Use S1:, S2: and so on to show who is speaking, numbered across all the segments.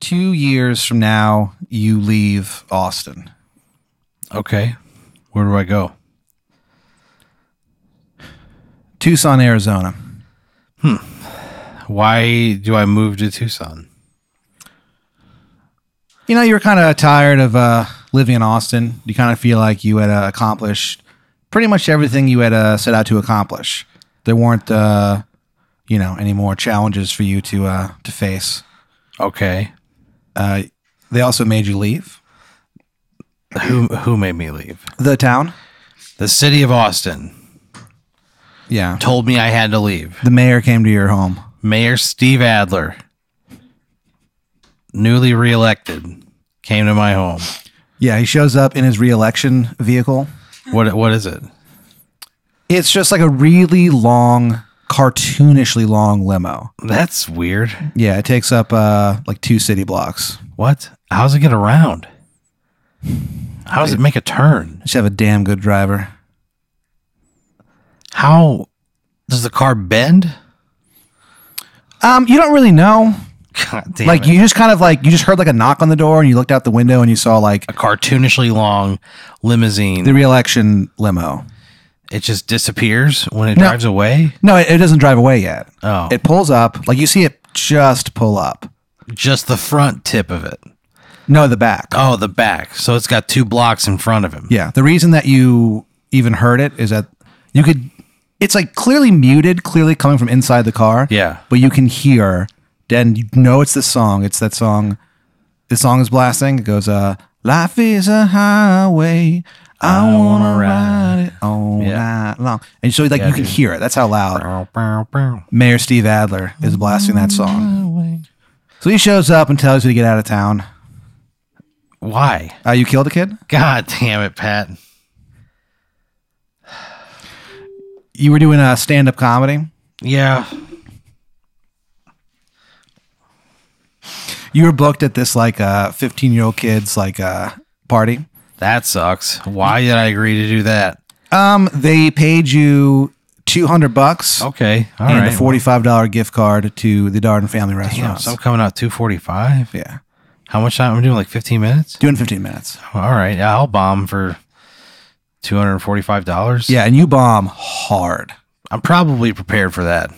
S1: two years from now, you leave Austin.
S2: Okay. Where do I go?
S1: Tucson, Arizona.
S2: Why do I move to Tucson?
S1: You know, you were kind of tired of uh, living in Austin. You kind of feel like you had uh, accomplished pretty much everything you had uh, set out to accomplish. There weren't, uh, you know, any more challenges for you to uh, to face.
S2: Okay.
S1: Uh, they also made you leave
S2: Who who made me leave?
S1: the town.
S2: The city of Austin
S1: Yeah,
S2: told me I had to leave.
S1: the mayor came to your home.
S2: Mayor Steve Adler, newly reelected, came to my home.
S1: Yeah, he shows up in his reelection vehicle.
S2: What what is it?
S1: It's just like a really long, cartoonishly long limo.
S2: That's weird.
S1: Yeah, it takes up uh, like two city blocks.
S2: What? How's it get around? How does it make a turn?
S1: Just have a damn good driver.
S2: How does the car bend?
S1: Um, you don't really know.
S2: God damn
S1: like
S2: it.
S1: you just kind of like you just heard like a knock on the door and you looked out the window and you saw like
S2: a cartoonishly long limousine.
S1: the reelection limo.
S2: it just disappears when it
S1: No.
S2: drives away.
S1: No, it, it doesn't drive away yet.
S2: Oh,
S1: It pulls up. Like you see it just pull up.
S2: just the front tip of it.
S1: No, the back.
S2: Oh, the back. So it's got two blocks in front of him.
S1: Yeah. The reason that you even heard it is that you could it's like clearly muted, clearly coming from inside the car.
S2: Yeah.
S1: But you can hear then you know it's this song. It's that song. The song is blasting. It goes, uh, Life is a highway. I, wanna, ride it all night long. And so like you can hear it. That's how loud
S2: Bow, bow, bow.
S1: Mayor Steve Adler is blasting that song. So he shows up and tells you to get out of town.
S2: Why?
S1: Uh, you killed a kid?
S2: God damn it, Pat.
S1: You were doing a stand up comedy.
S2: Yeah.
S1: You were booked at this like uh 15 year old kids like uh party.
S2: That sucks. Why did I agree to do that?
S1: Um they paid you 200 bucks
S2: Okay. all right.
S1: and a $45 gift card to the Darden family
S2: Damn,
S1: restaurant.
S2: so I'm coming out 245.
S1: yeah.
S2: How much time? I'm doing like 15 minutes?
S1: Doing 15 minutes.
S2: All right. Yeah, I'll bomb for $245.
S1: Yeah, and you bomb hard.
S2: I'm probably prepared for that.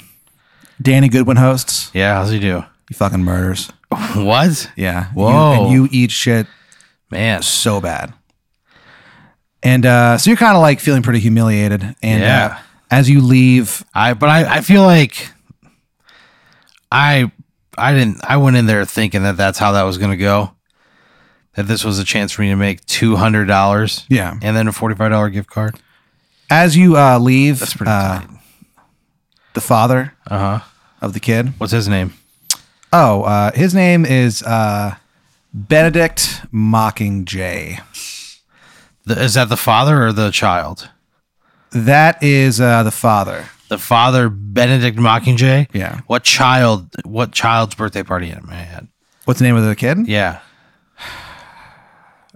S1: Danny Goodwin hosts.
S2: Yeah. How's he do?
S1: He fucking murders.
S2: what?
S1: Yeah. You,
S2: Whoa.
S1: and you eat shit
S2: Man.
S1: so bad. And uh, so you're kind of like feeling pretty humiliated. And
S2: Yeah.
S1: uh, as you leave,
S2: I, but I, I feel like I, I didn't, I went in there thinking that that's how that was going to go. That this was a chance for me to make $200
S1: yeah,
S2: and then a $45 gift card.
S1: as you uh, leave,
S2: That's pretty
S1: uh,
S2: tight.
S1: the father
S2: Uh huh.
S1: of the kid
S2: What's his name?
S1: Oh, uh, his name is uh, Benedict Mockingjay.
S2: The, is that the father or the child?
S1: That is uh, the father.
S2: The father, Benedict Mockingjay.
S1: Yeah.
S2: What child? What child's birthday party am I at?
S1: What's the name of the kid?
S2: Yeah.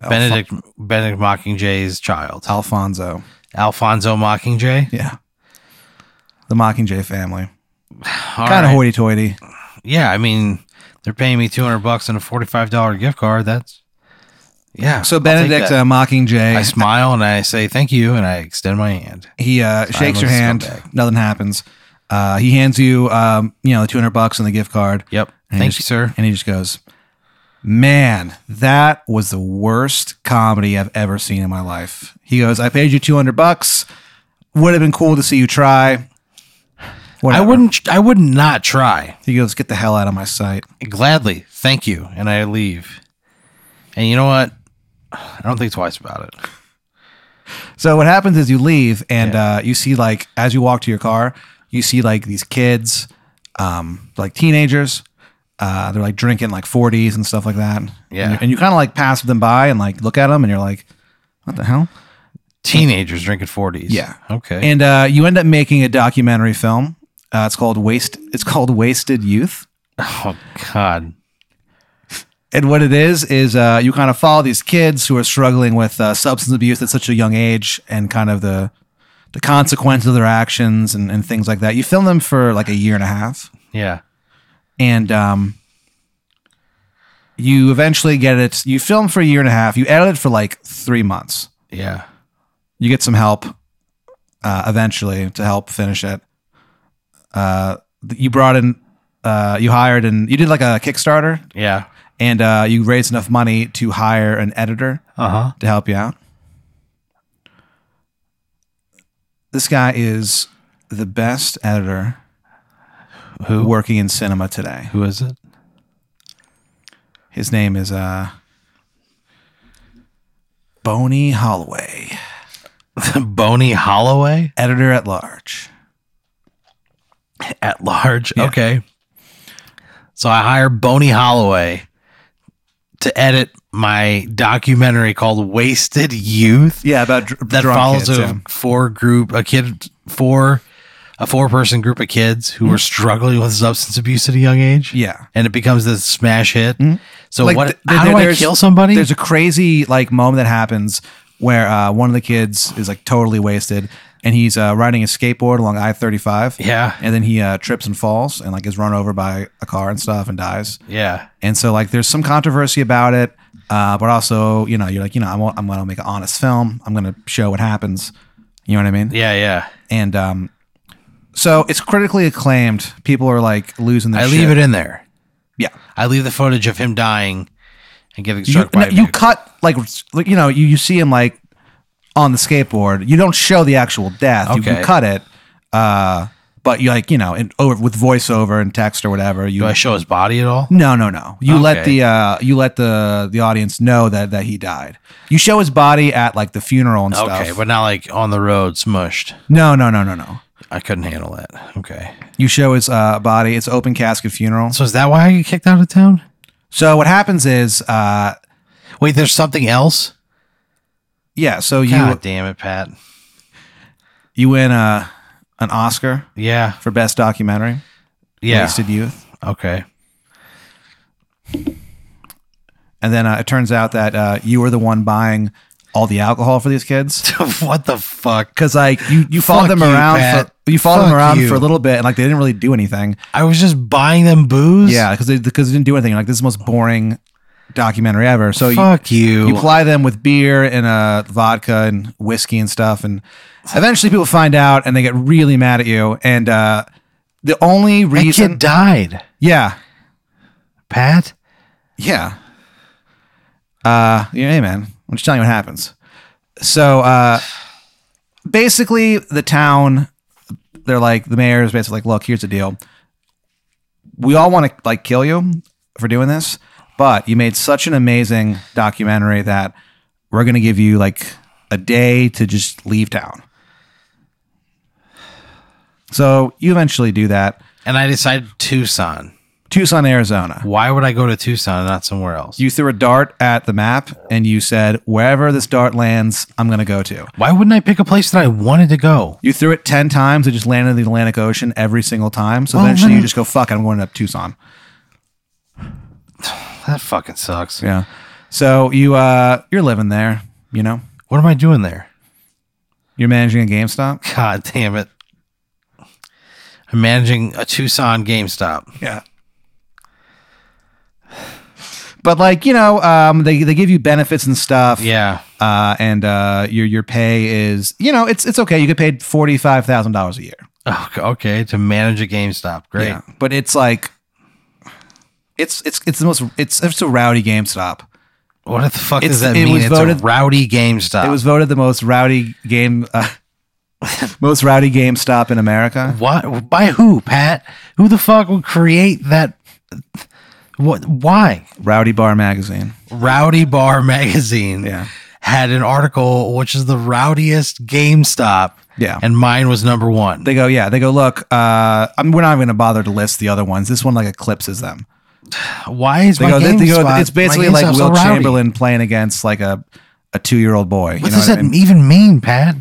S2: Benedict Benedict Mockingjay's child,
S1: Alfonso.
S2: Alfonso Mockingjay.
S1: Yeah. The Mockingjay family.
S2: All
S1: Kind of
S2: right.
S1: hoity-toity.
S2: yeah, I mean, they're paying me two hundred bucks and a forty-five dollar gift card. That's yeah.
S1: So
S2: I'll take
S1: Benedict
S2: that.
S1: uh, Mockingjay,
S2: I smile and I say thank you and I extend my hand.
S1: he uh, shakes
S2: I'm
S1: your
S2: a
S1: hand.
S2: scumbag.
S1: Nothing happens. Uh, he hands you, um, you know, the 200 bucks and the gift card.
S2: Yep.
S1: And he
S2: thank you,
S1: just-
S2: sir.
S1: And he just goes, Man, that was the worst comedy I've ever seen in my life. He goes, I paid you 200 bucks. Would have been cool to see you try.
S2: I
S1: Whatever.
S2: wouldn't. I would not try.
S1: He goes, Get the hell out of my sight.
S2: Gladly, thank you, and I leave. And you know what? I don't think twice about it.
S1: So what happens is you leave and uh, you see, like, as you walk to your car, you see, like, these kids, um, like teenagers. Uh, they're like drinking like 40s and stuff like that.
S2: Yeah.
S1: And you, and you kind of like pass them by and like look at them and you're like, What the hell?
S2: Teenagers drinking forties.
S1: Yeah.
S2: Okay.
S1: and uh, you end up making a documentary film. Uh, it's called Waste. It's called Wasted Youth.
S2: oh God.
S1: And what it is is uh, you kind of follow these kids who are struggling with uh, substance abuse at such a young age, and kind of the the consequences of their actions and, and things like that. You film them for like a year and a half,
S2: Yeah.
S1: and um, You eventually get it. You film for a year and a half. You edit it for like three months.
S2: Yeah.
S1: You get some help uh, eventually to help finish it. Uh, th- you brought in, uh, you hired, and you did like a Kickstarter,
S2: Yeah.
S1: and uh, you raised enough money to hire an editor
S2: Uh huh.
S1: to help you out. This guy is the best editor
S2: Who?
S1: working in cinema today.
S2: Who is it?
S1: His name is uh Boney Holloway,
S2: Boney Holloway
S1: editor at large.
S2: at large. Okay. So I hire Boney Holloway to edit my documentary called Wasted Youth
S1: Yeah, about dr-
S2: that
S1: drunk
S2: follows
S1: kids,
S2: a
S1: yeah.
S2: four group a kid four a four person group of kids who were struggling with substance abuse at a young age.
S1: Hmm. Yeah. Hmm.
S2: And it becomes this smash hit. So
S1: Like,
S2: what
S1: th-
S2: how
S1: there-
S2: do I
S1: there's-
S2: kill somebody?
S1: There's a crazy like moment that happens where uh, one of the kids is like totally wasted and he's uh, riding his skateboard along I-35.
S2: Yeah.
S1: And then he uh, trips and falls and like is run over by a car and stuff and dies.
S2: yeah.
S1: And so like there's some controversy about it, uh, but also you know you're like you know I'm, I'm gonna make an honest film. I'm gonna show what happens. You know what I mean?
S2: Yeah, yeah.
S1: And um, so it's critically acclaimed. People are like losing their.
S2: I leave it in there.
S1: Yeah.
S2: I leave the footage of him dying and getting
S1: You,
S2: struck by
S1: no,
S2: a
S1: you
S2: vehicle.
S1: cut like s- like, you know you, you see him like on the skateboard. You don't show the actual death. You,
S2: Okay.
S1: you cut it. Uh, but you like you know and over with voiceover and text or whatever. You
S2: Do I show his body at all?
S1: No, no, no. You let
S2: Okay.
S1: the uh, you let the the audience know that that he died. You show his body at like the funeral and stuff.
S2: Okay, but not like on the road, smushed.
S1: no, no, no, no, no.
S2: I couldn't handle that. Okay.
S1: You show his uh, body. It's open casket funeral.
S2: So is that why I get kicked out of town?
S1: So what happens is, uh,
S2: Wait, there's something else?
S1: yeah. So you
S2: God damn it, Pat.
S1: you win uh, an Oscar
S2: Yeah.
S1: for best documentary,
S2: Yeah.
S1: Wasted Youth,
S2: Okay.
S1: and then uh, it turns out that uh, you were the one buying all the alcohol for these kids.
S2: what the fuck?
S1: Because like you, you followed
S2: Fuck
S1: them
S2: you,
S1: around,
S2: Pat.
S1: for, you followed
S2: Fuck
S1: them around
S2: you.
S1: for a little bit, and like they didn't really do anything.
S2: I was just buying them booze?
S1: Yeah, because they because they didn't do anything. Like this is the most boring documentary ever. So you,
S2: Fuck you.
S1: you ply them with beer and uh, vodka and whiskey and stuff, and eventually people find out and they get really mad at you. And uh, the only
S2: that
S1: reason,
S2: kid died.
S1: yeah,
S2: Pat?
S1: yeah, uh, yeah, hey man, I'm just telling you what happens. So uh, basically, the town, they're like the mayor is basically like, look, here's the deal. We all want to like kill you for doing this, but you made such an amazing documentary that we're gonna give you like a day to just leave town. So you eventually do that.
S2: And I decided Tucson.
S1: Tucson, Arizona.
S2: Why would I go to Tucson and not somewhere else?
S1: You threw a dart at the map and you said, wherever this dart lands, I'm going to go to.
S2: Why wouldn't I pick a place that I wanted to go?
S1: You threw it 10 times. It just landed in the Atlantic Ocean every single time. So
S2: Well,
S1: eventually
S2: then-
S1: you just go, fuck it, I'm going up Tucson.
S2: That fucking sucks.
S1: Yeah. So you, uh, you're living there, you know,
S2: What am I doing there?
S1: you're managing a GameStop.
S2: God damn it. I'm managing a Tucson GameStop.
S1: Yeah. But like, you know, um, they, they give you benefits and stuff.
S2: Yeah.
S1: Uh, and, uh, your, your pay is, you know, it's, it's okay. You get paid $45,000 a year.
S2: Oh, okay. To manage a GameStop. Great.
S1: Yeah, but it's like it's it's it's the most it's it's a rowdy GameStop.
S2: What the fuck
S1: It's-
S2: does that
S1: it
S2: mean?
S1: was
S2: It's
S1: voted-
S2: a rowdy GameStop.
S1: It was voted the most rowdy game uh, most rowdy GameStop in America.
S2: what by who, Pat? Who the fuck would create that? What? Why?
S1: Rowdy Bar Magazine.
S2: Rowdy Bar Magazine
S1: Yeah.
S2: had an article which is the rowdiest GameStop.
S1: Yeah.
S2: and mine was number one.
S1: They go, yeah. They go, look. Uh, I mean, we're not even going to bother to list the other ones. This one like eclipses them.
S2: Why is
S1: They
S2: my
S1: go, they,
S2: GameStop?
S1: they go. It's basically
S2: my
S1: like
S2: GameStop's so
S1: Will
S2: rowdy?
S1: Chamberlain playing against like a a two year old boy. You
S2: What
S1: know
S2: does
S1: what I
S2: that
S1: mean?
S2: even mean, Pat?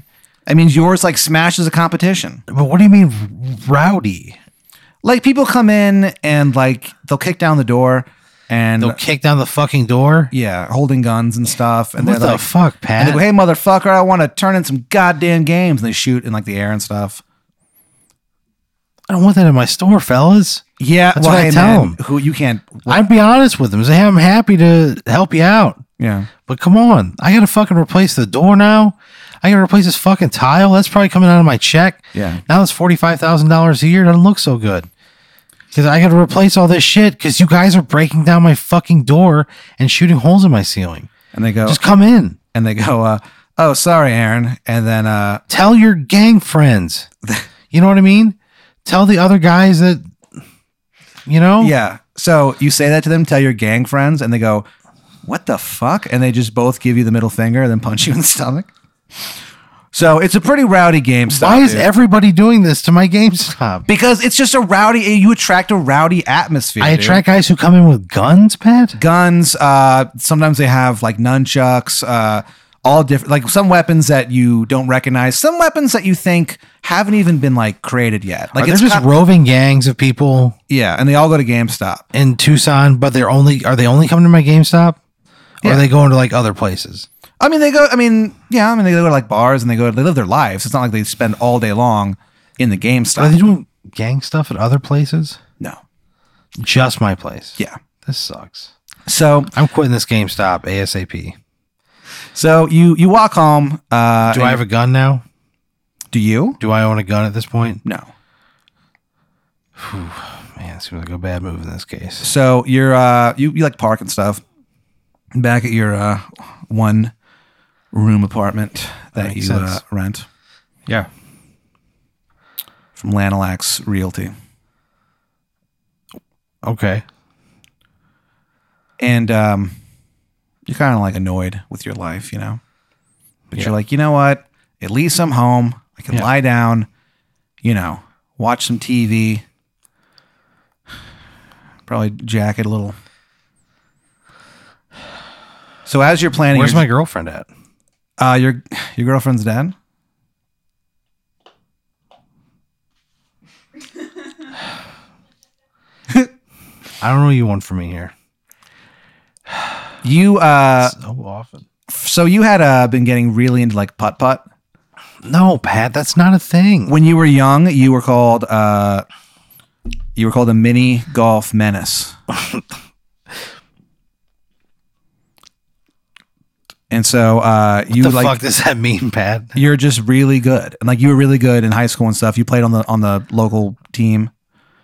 S1: I mean, yours like smashes a competition.
S2: But what do you mean rowdy?
S1: Like people come in and like they'll kick down the door and
S2: They'll kick down the fucking door.
S1: yeah, holding guns and stuff. And
S2: What
S1: they're
S2: the
S1: like,
S2: fuck,
S1: and
S2: Pat?
S1: they go, hey, motherfucker, I want to turn in some goddamn games. And they shoot in like the air and stuff.
S2: I don't want that in my store, fellas.
S1: Yeah,
S2: That's what I
S1: hey,
S2: tell
S1: man,
S2: 'em.
S1: Who you can't?
S2: I'd be honest with them. Say, hey, I'm happy to help you out.
S1: Yeah,
S2: But come on, I gotta fucking replace the door now. I gotta replace this fucking tile. That's probably coming out of my check.
S1: Yeah.
S2: Now it's forty five thousand dollars a year. It doesn't look so good. Cause I gotta replace all this shit because you guys are breaking down my fucking door and shooting holes in my ceiling.
S1: and they go
S2: Just come in.
S1: and they go. Uh, oh, sorry, Aaron. And then uh,
S2: Tell your gang friends. You know what I mean? Tell the other guys that you know?
S1: yeah, so you say that to them, tell your gang friends, and they go, "What the fuck?" And they just both give you the middle finger and then punch you in the stomach. So it's a pretty rowdy game. Stop,
S2: Why is
S1: dude.
S2: everybody doing this to my GameStop?
S1: because it's just a rowdy. You attract a rowdy atmosphere.
S2: I
S1: dude.
S2: attract guys who come in with guns, Pat?
S1: guns. Uh, sometimes they have like nunchucks, uh, all different, like some weapons that you don't recognize, some weapons that you think haven't even been like created yet. Like
S2: They're just
S1: kind-
S2: roving gangs of people
S1: yeah, and they all go to GameStop.
S2: in Tucson, but they're only are they only coming to my GameStop? Or
S1: Yeah.
S2: are they going to like other places?
S1: I mean, they go. I mean, yeah, I mean they go to like bars and they go. They live their lives. It's not like they spend all day long in the
S2: Are
S1: GameStop.
S2: they doing gang stuff at other places?
S1: No,
S2: Just my place.
S1: yeah.
S2: This sucks.
S1: So,
S2: I'm quitting this GameStop ASAP.
S1: so you you walk home. Uh,
S2: Do I have a gun now?
S1: do you?
S2: Do I own a gun at this point?
S1: No.
S2: Man, it seems like a bad move in this case.
S1: So you're uh you, you like park and stuff back at your uh one room apartment that,
S2: makes
S1: you uh,
S2: sense.
S1: rent
S2: Yeah.
S1: from Lanalax Realty.
S2: Okay.
S1: And um you're kind of like annoyed with your life, you know. But
S2: Yeah.
S1: you're like, "You know what? At least I'm home. I can
S2: Yeah.
S1: lie down, you know, watch some TV. Probably jacket a little." So as you're planning
S2: Where's
S1: your-
S2: my girlfriend at?
S1: Uh, your your girlfriend's dad.
S2: I don't know what you want from me here.
S1: You uh,
S2: so often.
S1: so you had uh been getting really into like putt putt
S2: No, Pat, that's not a thing.
S1: when you were young. You were called uh, you were called a mini golf menace. and so uh, you
S2: What the
S1: like
S2: fuck does that mean, Pat?
S1: you're just really good, and like you were really good in high school and stuff. You played on the on the local team.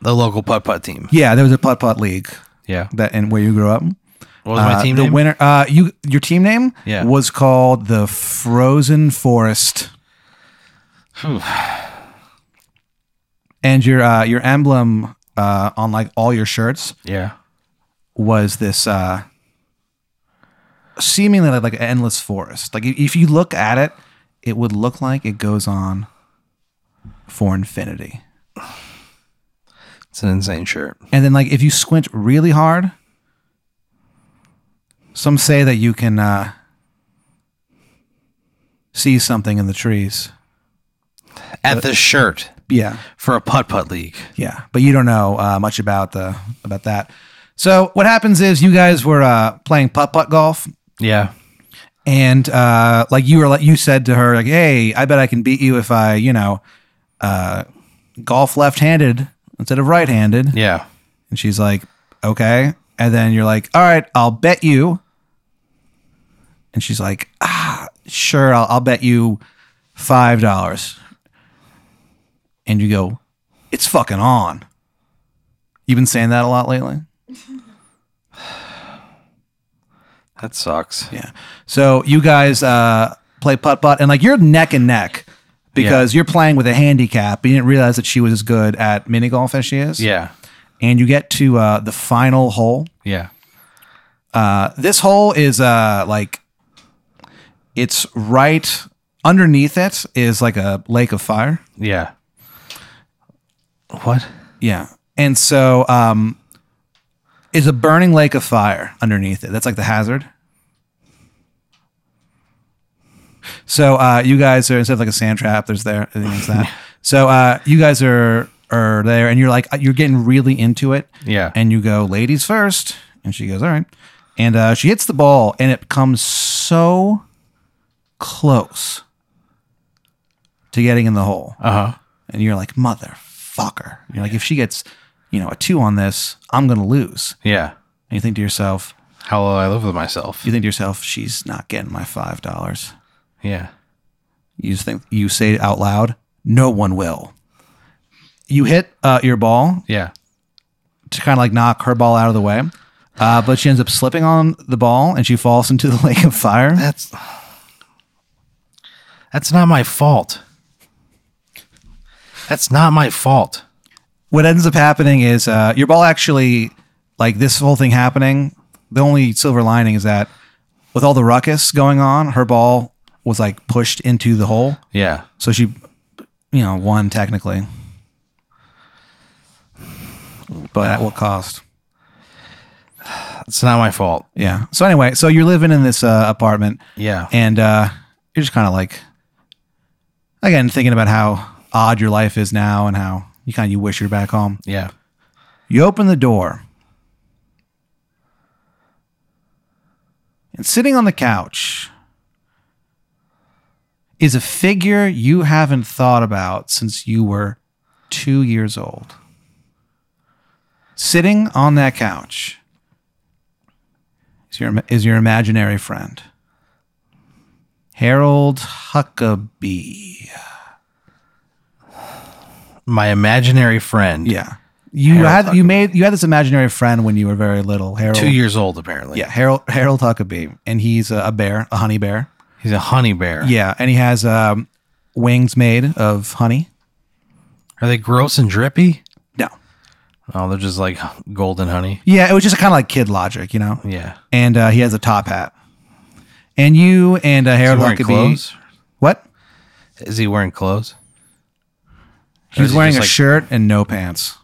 S2: The local putt putt team.
S1: Yeah, there was a putt putt league
S2: Yeah.
S1: that and where you grew up.
S2: What was my
S1: Uh,
S2: team
S1: the
S2: name?
S1: winner uh you your team name
S2: Yeah.
S1: was called the frozen forest
S2: Phew.
S1: and your uh your emblem uh on like all your shirts
S2: yeah.
S1: was this uh seemingly like, like an endless forest like if if you look at it it would look like it goes on for infinity
S2: It's an insane shirt.
S1: and then like if you squint really hard some say that you can uh see something in the trees
S2: At the shirt
S1: yeah
S2: for a putt putt league.
S1: Yeah, but you don't know uh, much about the about that. So what happens is you guys were uh, playing putt putt golf,
S2: Yeah.
S1: and uh, like you were like you said to her like, "Hey, I bet I can beat you if I you know uh, golf left handed instead of right handed."
S2: Yeah.
S1: And she's like, "Okay," and then you're like, "All right, I'll bet you." And she's like, "Ah, sure, I'll, I'll bet you five dollars." And you go, "It's fucking on." You've been saying that a lot lately.
S2: That sucks.
S1: Yeah. So you guys uh, play putt putt, and like you're neck and neck because you're playing with a handicap. But you didn't realize that she was as good at mini golf as she is.
S2: Yeah.
S1: And you get to uh, the final hole.
S2: Yeah.
S1: Uh, this hole is uh like it's right underneath it is like a lake of fire.
S2: Yeah. What?
S1: Yeah. And so um is a burning lake of fire underneath it. That's like the hazard. So uh you guys are instead of like a sand trap, there's there I think it's that. so uh you guys are are there and you're like you're getting really into it.
S2: Yeah.
S1: and you go ladies first and she goes all right and uh, she hits the ball and it comes so close to getting in the hole
S2: uh huh. Uh-huh.
S1: and you're like motherfucker motherfucker. You're like, if she gets, you know, a two on this, I'm gonna lose.
S2: Yeah.
S1: And you think to yourself,
S2: How will I live with myself?
S1: you think to yourself, she's not getting my five dollars.
S2: Yeah.
S1: You just think you say it out loud. No one will. You hit uh, your ball
S2: Yeah.
S1: to kind of like knock her ball out of the way, uh, but she ends up slipping on the ball and she falls into the lake of fire.
S2: That's That's not my fault. That's not my fault.
S1: what ends up happening is uh, your ball actually like this whole thing happening the only silver lining is that with all the ruckus going on her ball was like pushed into the hole
S2: Yeah.
S1: so she you know won technically but at what cost
S2: It's not my fault.
S1: yeah so anyway so you're living in this uh, apartment
S2: Yeah.
S1: and uh, you're just kind of like again thinking about how odd your life is now and how you kind of you wish you're back home
S2: yeah.
S1: You open the door. And sitting on the couch is a figure you haven't thought about since you were two years old. Sitting on that couch is your, is your imaginary friend, Harold Huckabee.
S2: My imaginary friend.
S1: Yeah. You
S2: Harold
S1: had you made you had this imaginary friend when you were very little, Harold.
S2: Two years old apparently.
S1: Yeah, Harold Harold Huckabee, and he's a, a bear, a honey bear.
S2: He's a honey bear.
S1: Yeah, and he has um, wings made of honey.
S2: Are they gross and drippy?
S1: No,
S2: Oh, they're just like golden honey.
S1: yeah, it was just kind of like kid logic, you know.
S2: Yeah.
S1: And uh, he has a top hat. And you and uh,
S2: Is he
S1: Harold
S2: wearing
S1: Huckabee.
S2: clothes?
S1: What?
S2: Is he wearing clothes?
S1: He
S2: Or
S1: was
S2: is he
S1: wearing
S2: just
S1: a
S2: like-
S1: shirt and no pants.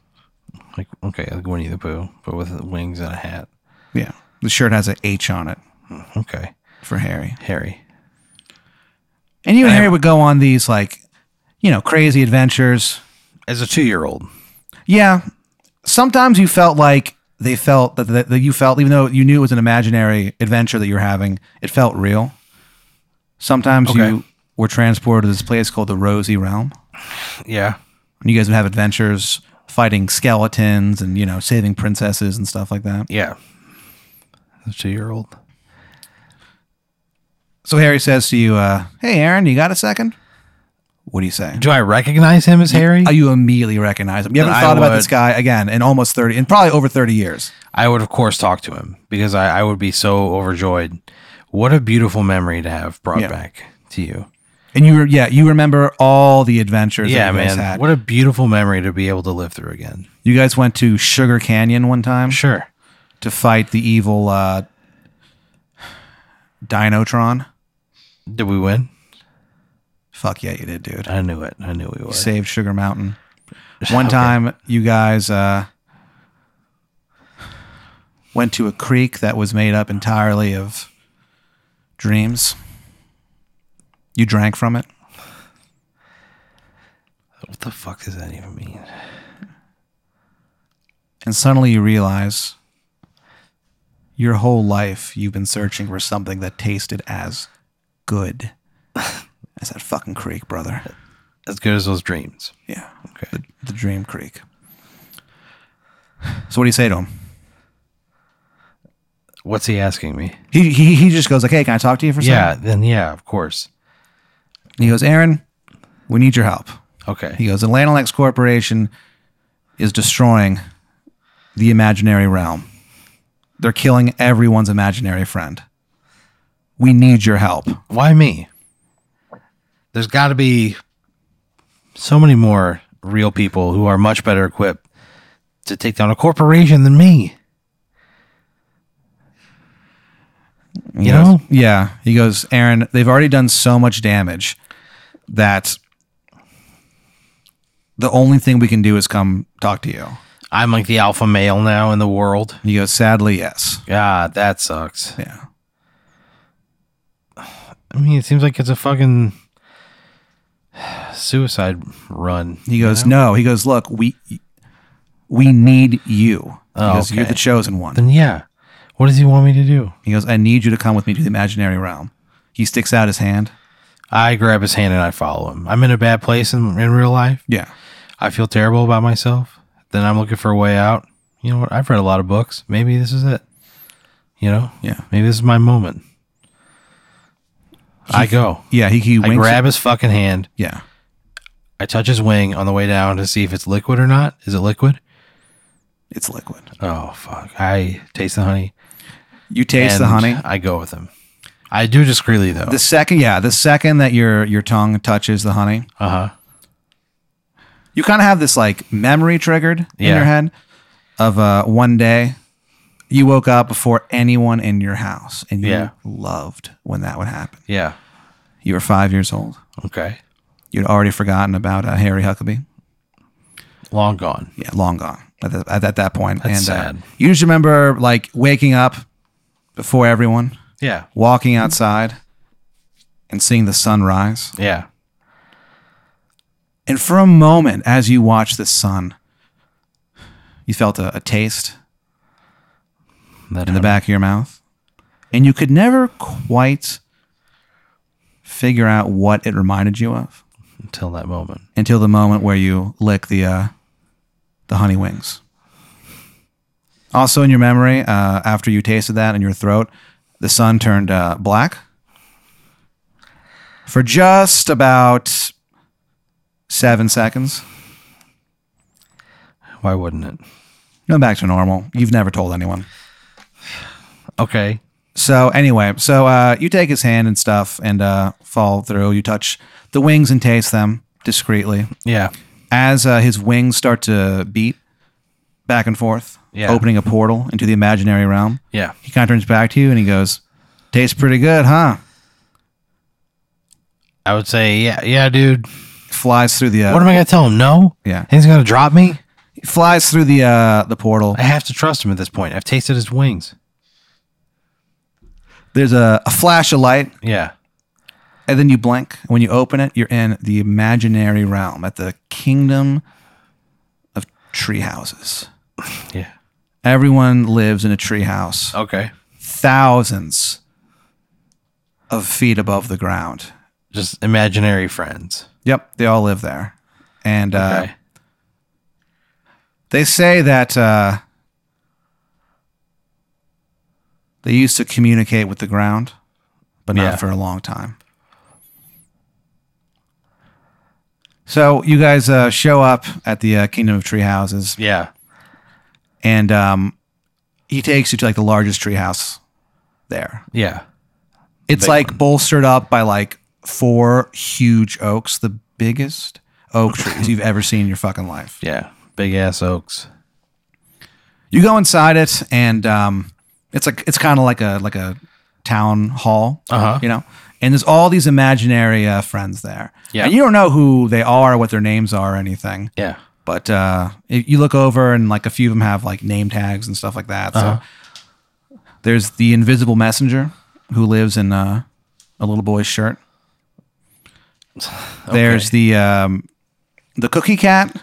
S2: Like okay, like Winnie the Pooh, but with wings and a hat.
S1: Yeah, the shirt has a H on it
S2: Okay,
S1: for Harry.
S2: Harry.
S1: And you and Harry would go on these like, you know, crazy adventures.
S2: As a two-year-old,
S1: Yeah. Sometimes you felt like they felt that, that, that you felt, even though you knew it was an imaginary adventure that you were having, it felt real. Sometimes
S2: Okay.
S1: you were transported to this place called the Rosy Realm,
S2: yeah,
S1: and you guys would have adventures fighting skeletons and, you know, saving princesses and stuff like that.
S2: yeah. As a two-year-old,
S1: So Harry says to you, uh, Hey, Aaron, you got a second? What do you say?
S2: do I recognize him as Harry?
S1: Uh, You immediately recognize him. You haven't
S2: I
S1: thought about
S2: would-
S1: this guy again in almost 30, in probably over 30 years.
S2: I would, of course, talk to him because I, I would be so overjoyed. What a beautiful memory to have brought
S1: Yeah.
S2: back to you.
S1: And you, re- yeah, you remember all the adventures
S2: Yeah,
S1: that you guys
S2: man.
S1: had.
S2: What a beautiful memory to be able to live through again.
S1: You guys went to Sugar Canyon one time
S2: Sure.
S1: to fight the evil uh, Dinotron.
S2: Did we win?
S1: Fuck yeah, you did, dude.
S2: I knew it. I knew we
S1: You
S2: would.
S1: saved Sugar Mountain. One
S2: Okay.
S1: time, you guys uh, went to a creek that was made up entirely of dreams. You drank from it.
S2: What the fuck does that even mean?
S1: And suddenly you realize your whole life you've been searching for something that tasted as good as that fucking creek, brother.
S2: As good as those dreams.
S1: Yeah.
S2: Okay.
S1: The, the dream creek. So what do you say to him?
S2: What's he asking me?
S1: He, he, he just goes like, hey, can I talk to you for a
S2: Yeah,
S1: second?
S2: then yeah, of course.
S1: And he goes, Aaron, we need your help. He
S2: Okay.
S1: goes, Atlantilex Corporation is destroying the imaginary realm. They're killing everyone's imaginary friend. We need your help.
S2: Why me? There's got to be so many more real people who are much better equipped to take down a corporation than me. You
S1: He
S2: know?
S1: goes, Yeah. He goes, Aaron, they've already done so much damage that the only thing we can do is come talk to you.
S2: I'm like the alpha male now in the world.
S1: He goes, sadly, yes.
S2: God, that sucks.
S1: Yeah.
S2: I mean, it seems like it's a fucking suicide run.
S1: He goes, no. He goes, look, we we need you.
S2: Oh,
S1: He goes, you're
S2: okay.
S1: the chosen one.
S2: Then yeah. What does he want me to do?
S1: He goes, I need you to come with me to the imaginary realm. He sticks out his hand.
S2: I grab his hand and I follow him. I'm in a bad place in, in real life.
S1: Yeah.
S2: I feel terrible about myself, then I'm looking for a way out. You know what? I've read a lot of books. Maybe this is it. You know?
S1: Yeah.
S2: Maybe this is my moment. I go.
S1: Yeah, he, he
S2: I
S1: winks.
S2: grab his fucking hand.
S1: yeah.
S2: I touch his wing on the way down to see if it's liquid or not. Is it liquid?
S1: It's liquid.
S2: Oh fuck! I taste the honey.
S1: You taste the
S2: and Oh.
S1: honey.
S2: I go with him. I do discreetly though.
S1: The second, yeah, the second that your your tongue touches the honey,
S2: uh huh.
S1: you kind of have this like memory triggered in
S2: Yeah.
S1: your head of uh, one day you woke up before anyone in your house, and you
S2: Yeah.
S1: loved when that would happen.
S2: Yeah.
S1: You were five years old.
S2: Okay.
S1: You'd already forgotten about uh, Harry Huckabee.
S2: Long gone.
S1: Yeah, long gone at, the, at, at that point.
S2: That's
S1: uh,
S2: sad.
S1: you just remember like waking up before everyone,
S2: Yeah.
S1: walking outside, and seeing the sun rise.
S2: Yeah.
S1: And for a moment, as you watched the sun, you felt a, a taste
S2: That
S1: in the back of your mouth. And you could never quite figure out what it reminded you of
S2: until that moment.
S1: until the moment where you lick the, uh, the honey wings. Also, in your memory, uh, after you tasted that in your throat, the sun turned uh, black for just about seven seconds.
S2: Why wouldn't it?
S1: No, back to normal. You've never told anyone.
S2: Okay.
S1: So anyway, so uh, you take his hand and stuff and uh, fall through. You touch the wings and taste them discreetly.
S2: Yeah.
S1: As uh, his wings start to beat back and forth,
S2: Yeah.
S1: opening a portal into the imaginary realm,
S2: Yeah.
S1: he kind of turns back to you and he goes, "Tastes pretty good, huh?"
S2: I would say, yeah, yeah, dude.
S1: Flies through the uh,
S2: What am I gonna tell him? No.
S1: Yeah.
S2: He's gonna drop me.
S1: flies through the uh, the portal.
S2: I have to trust him at this point. I've tasted his wings.
S1: There's a, a flash of light,
S2: Yeah.
S1: and then you blink. When you open it, you're in the imaginary realm at the kingdom of tree houses.
S2: Yeah.
S1: Everyone lives in a treehouse,
S2: Okay.
S1: thousands of feet above the ground.
S2: Just imaginary friends.
S1: Yep, they all live there, and uh,
S2: Okay.
S1: they say that uh, they used to communicate with the ground, but not
S2: Yeah.
S1: for a long time. So you guys uh, show up at the uh, Kingdom of Tree Houses,
S2: yeah.
S1: and um, he takes you to like the largest tree house there.
S2: Yeah.
S1: It's
S2: big
S1: like bolstered up by like four huge oaks, the biggest oak trees you've ever seen in your fucking life.
S2: Yeah. Big ass oaks.
S1: You go inside it, and um, it's like it's kind of like a like a town hall,
S2: Uh-huh.
S1: you know. And there's all these imaginary uh, friends there,
S2: Yeah.
S1: And you don't know who they are, what their names are, or anything.
S2: Yeah.
S1: But uh, if you look over, and like a few of them have like name tags and stuff like that. So there's the invisible messenger who lives in uh, a little boy's shirt. There's the um, the cookie cat.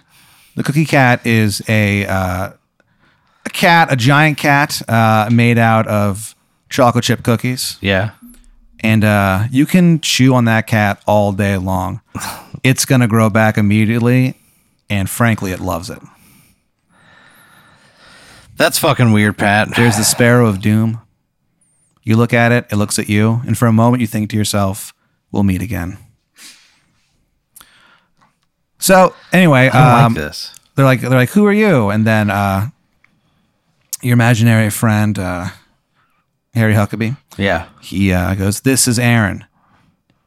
S1: The cookie cat is a uh, a cat, a giant cat uh, made out of chocolate chip cookies,
S2: Yeah.
S1: and uh, you can chew on that cat all day long. It's gonna grow back immediately, and frankly, it loves it.
S2: That's fucking weird, Pat.
S1: There's the Sparrow of Doom. You look at it, it looks at you, and for a moment you think to yourself, we'll meet again. So anyway,
S2: I don't
S1: um,
S2: like this.
S1: they're like they're like, who are you? And then uh, your imaginary friend, uh, Harry Huckabee,
S2: Yeah.
S1: he uh, goes, "This is Aaron,"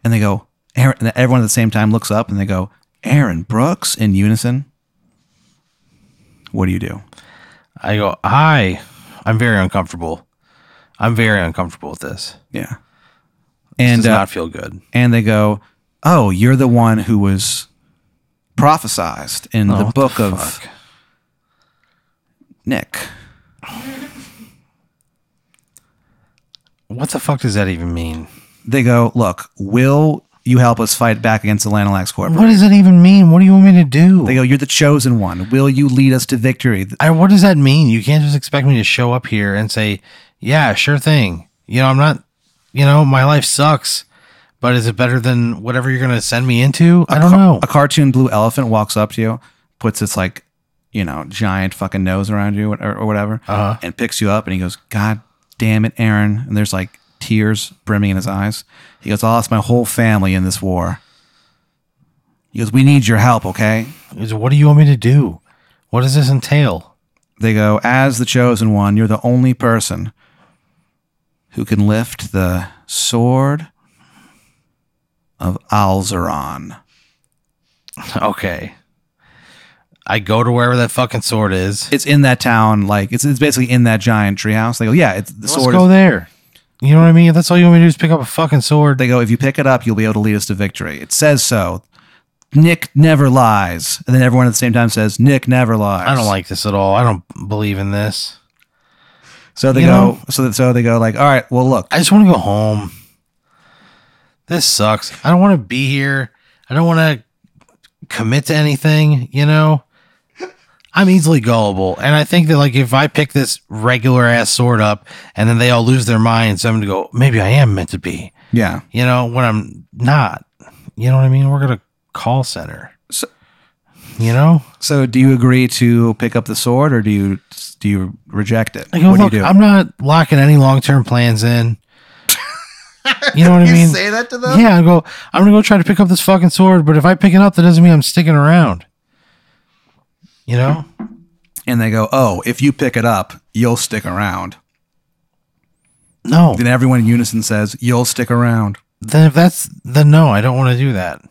S1: and they go, "Aaron." And everyone at the same time looks up and they go, "Aaron Brooks" in unison. What do you do?
S2: I go, hi. I'm very uncomfortable. I'm very uncomfortable with this.
S1: Yeah,
S2: It
S1: and
S2: does
S1: uh,
S2: not feel good.
S1: and they go, "Oh, you're the one who was prophesized in
S2: Oh,
S1: the
S2: what
S1: book of
S2: fuck?
S1: Nick."
S2: What the fuck does that even mean?
S1: They go, "Look, will you help us fight back against the Lanalax Corp?"
S2: What does that even mean? What do you want me to do?
S1: They go, "You're the chosen one. Will you lead us to victory?"
S2: I, what does that mean? You can't just expect me to show up here and say, yeah, sure thing. You know, I'm not, you know, my life sucks, but is it better than whatever you're going to send me into? I I don't know.
S1: A cartoon blue elephant walks up to you, puts its like, you know, giant fucking nose around you or, or whatever,
S2: Uh-huh.
S1: and picks you up, and he goes, "God damn it, Aaron!" And there's like tears brimming in his eyes. He goes, "I lost my whole family in this war." He goes, "We need your help, okay?"
S2: Is- What do you want me to do? What does this entail?
S1: They go, as the chosen one, you're the only person who can lift the sword of Alzeron.
S2: Okay. I go to wherever that fucking sword is.
S1: It's in that town, like it's, it's basically in that giant treehouse. They go, yeah, it's the
S2: Let's
S1: sword.
S2: go
S1: is,
S2: there. You know what I mean? That's all you want me to do is pick up a fucking sword.
S1: they go, if you pick it up, you'll be able to lead us to victory. It says so. Nick never lies, and then everyone at the same time says, Nick never lies.
S2: I don't like this at all. I don't believe in this.
S1: So they
S2: you
S1: go.
S2: know-
S1: So so they go like, all right, well look,
S2: I just want to go home. This sucks. I don't want to be here. I don't want to commit to anything, you know? I'm easily gullible. And I think that, like, if I pick this regular ass sword up and then they all lose their minds, I'm going to go, maybe I am meant to be,
S1: yeah.
S2: you know, when I'm not. You know what I mean? We're going to call center.
S1: So-
S2: you know?
S1: So do you agree to pick up the sword, or do you do you reject it?
S2: I go,
S1: what
S2: look,
S1: do you do?
S2: I'm not locking any long term plans in. You know what I mean?
S1: that to
S2: Yeah, I go. I'm gonna go try to pick up this fucking sword, but if I pick it up, that doesn't mean I'm sticking around. You know?
S1: And they go, "Oh, if you pick it up, you'll stick around."
S2: No.
S1: Then everyone in unison says, "You'll stick around."
S2: Then if that's then no, I don't want to do that.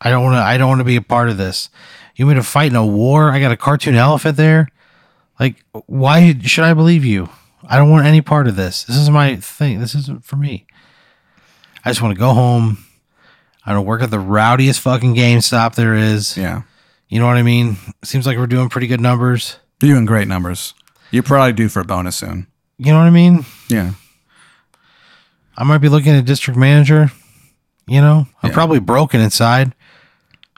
S2: I don't want to. I don't want to be a part of this. You want me to fight in a war? I got a cartoon elephant there. Like, why should I believe you? I don't want any part of this. This is my thing. This isn't for me. I just want to go home. I want to work at the rowdiest fucking GameStop there is.
S1: Yeah,
S2: You know what I mean? Seems like we're doing pretty good numbers.
S1: you're doing great numbers. You're probably due for a bonus soon.
S2: You know what I mean?
S1: Yeah,
S2: I might be looking at district manager. You know, I'm probably broken inside.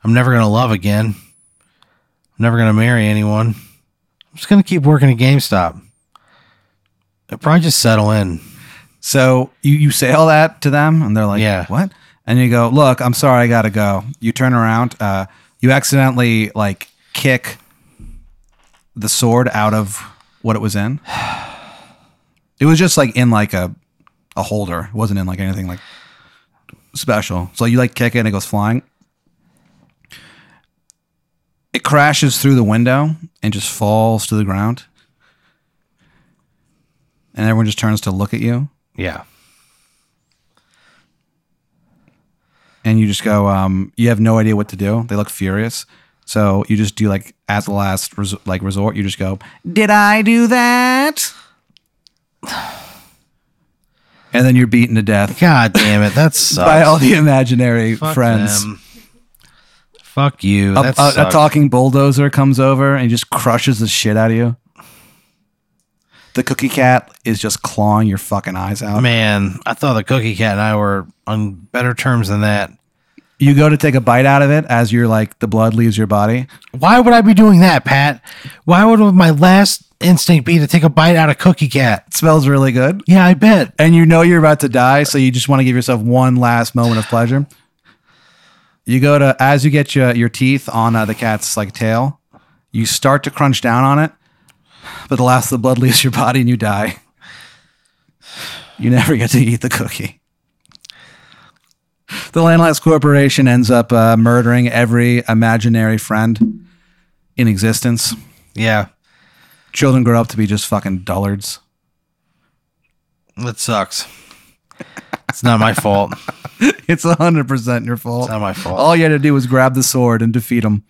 S2: I'm never going to love again. I'm never going to marry anyone. I'm just going to keep working at GameStop. I'll probably just settle in.
S1: So you, you say all that to them, and they're like,
S2: Yeah.
S1: what? And you go, look, I'm sorry, I gotta go. You turn around, uh, you accidentally like kick the sword out of what it was in. It was just like in like a a holder. It wasn't in like anything like special. So you like kick it and it goes flying. It crashes through the window and just falls to the ground. And everyone just turns to look at you.
S2: Yeah.
S1: and you just go, um, you have no idea what to do. They look furious. So you just do like as the last res- like resort, you just go, "Did I do that?" And then you're beaten to death
S2: God damn it. That sucks.
S1: by all the imaginary
S2: Fuck
S1: friends.
S2: them. Fuck you.
S1: A,
S2: That
S1: a- a
S2: sucks.
S1: talking bulldozer comes over and just crushes the shit out of you. The cookie cat is just clawing your fucking eyes out.
S2: Man, I thought the cookie cat and I were on better terms than that.
S1: You go to take a bite out of it as you're like the blood leaves your body.
S2: Why would I be doing that, Pat? Why would my last instinct be to take a bite out of Cookie Cat?
S1: It smells really good.
S2: Yeah, I bet.
S1: and you know you're about to die, so you just want to give yourself one last moment of pleasure. You go to as you get your your teeth on uh, the cat's like tail, you start to crunch down on it, but the last of the blood leaves your body and you die. You never get to eat the cookie. The Landless Corporation ends up uh, murdering every imaginary friend in existence.
S2: Yeah,
S1: Children grow up to be just fucking dullards.
S2: that sucks. It's not my fault.
S1: It's
S2: It's
S1: 100% your fault.
S2: not my fault.
S1: All you had to do was grab the sword and defeat him.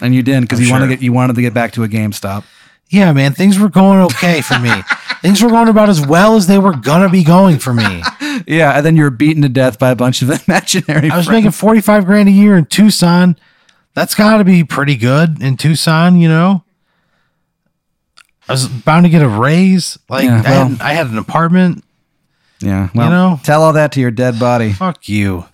S1: And you didn't because you wanted to
S2: sure.
S1: get you wanted to get back to a GameStop.
S2: Yeah, man, things were going okay for me. things were going about as well as they were gonna be going for me.
S1: Yeah, and then you're beaten to death by a bunch of imaginary.
S2: I was
S1: friends.
S2: making forty five grand a year in Tucson. That's got to be pretty good in Tucson, you know. I was bound to get a raise. Like
S1: Yeah,
S2: I, had, I had an apartment.
S1: yeah, well,
S2: know?
S1: tell all that to your dead body.
S2: Fuck you.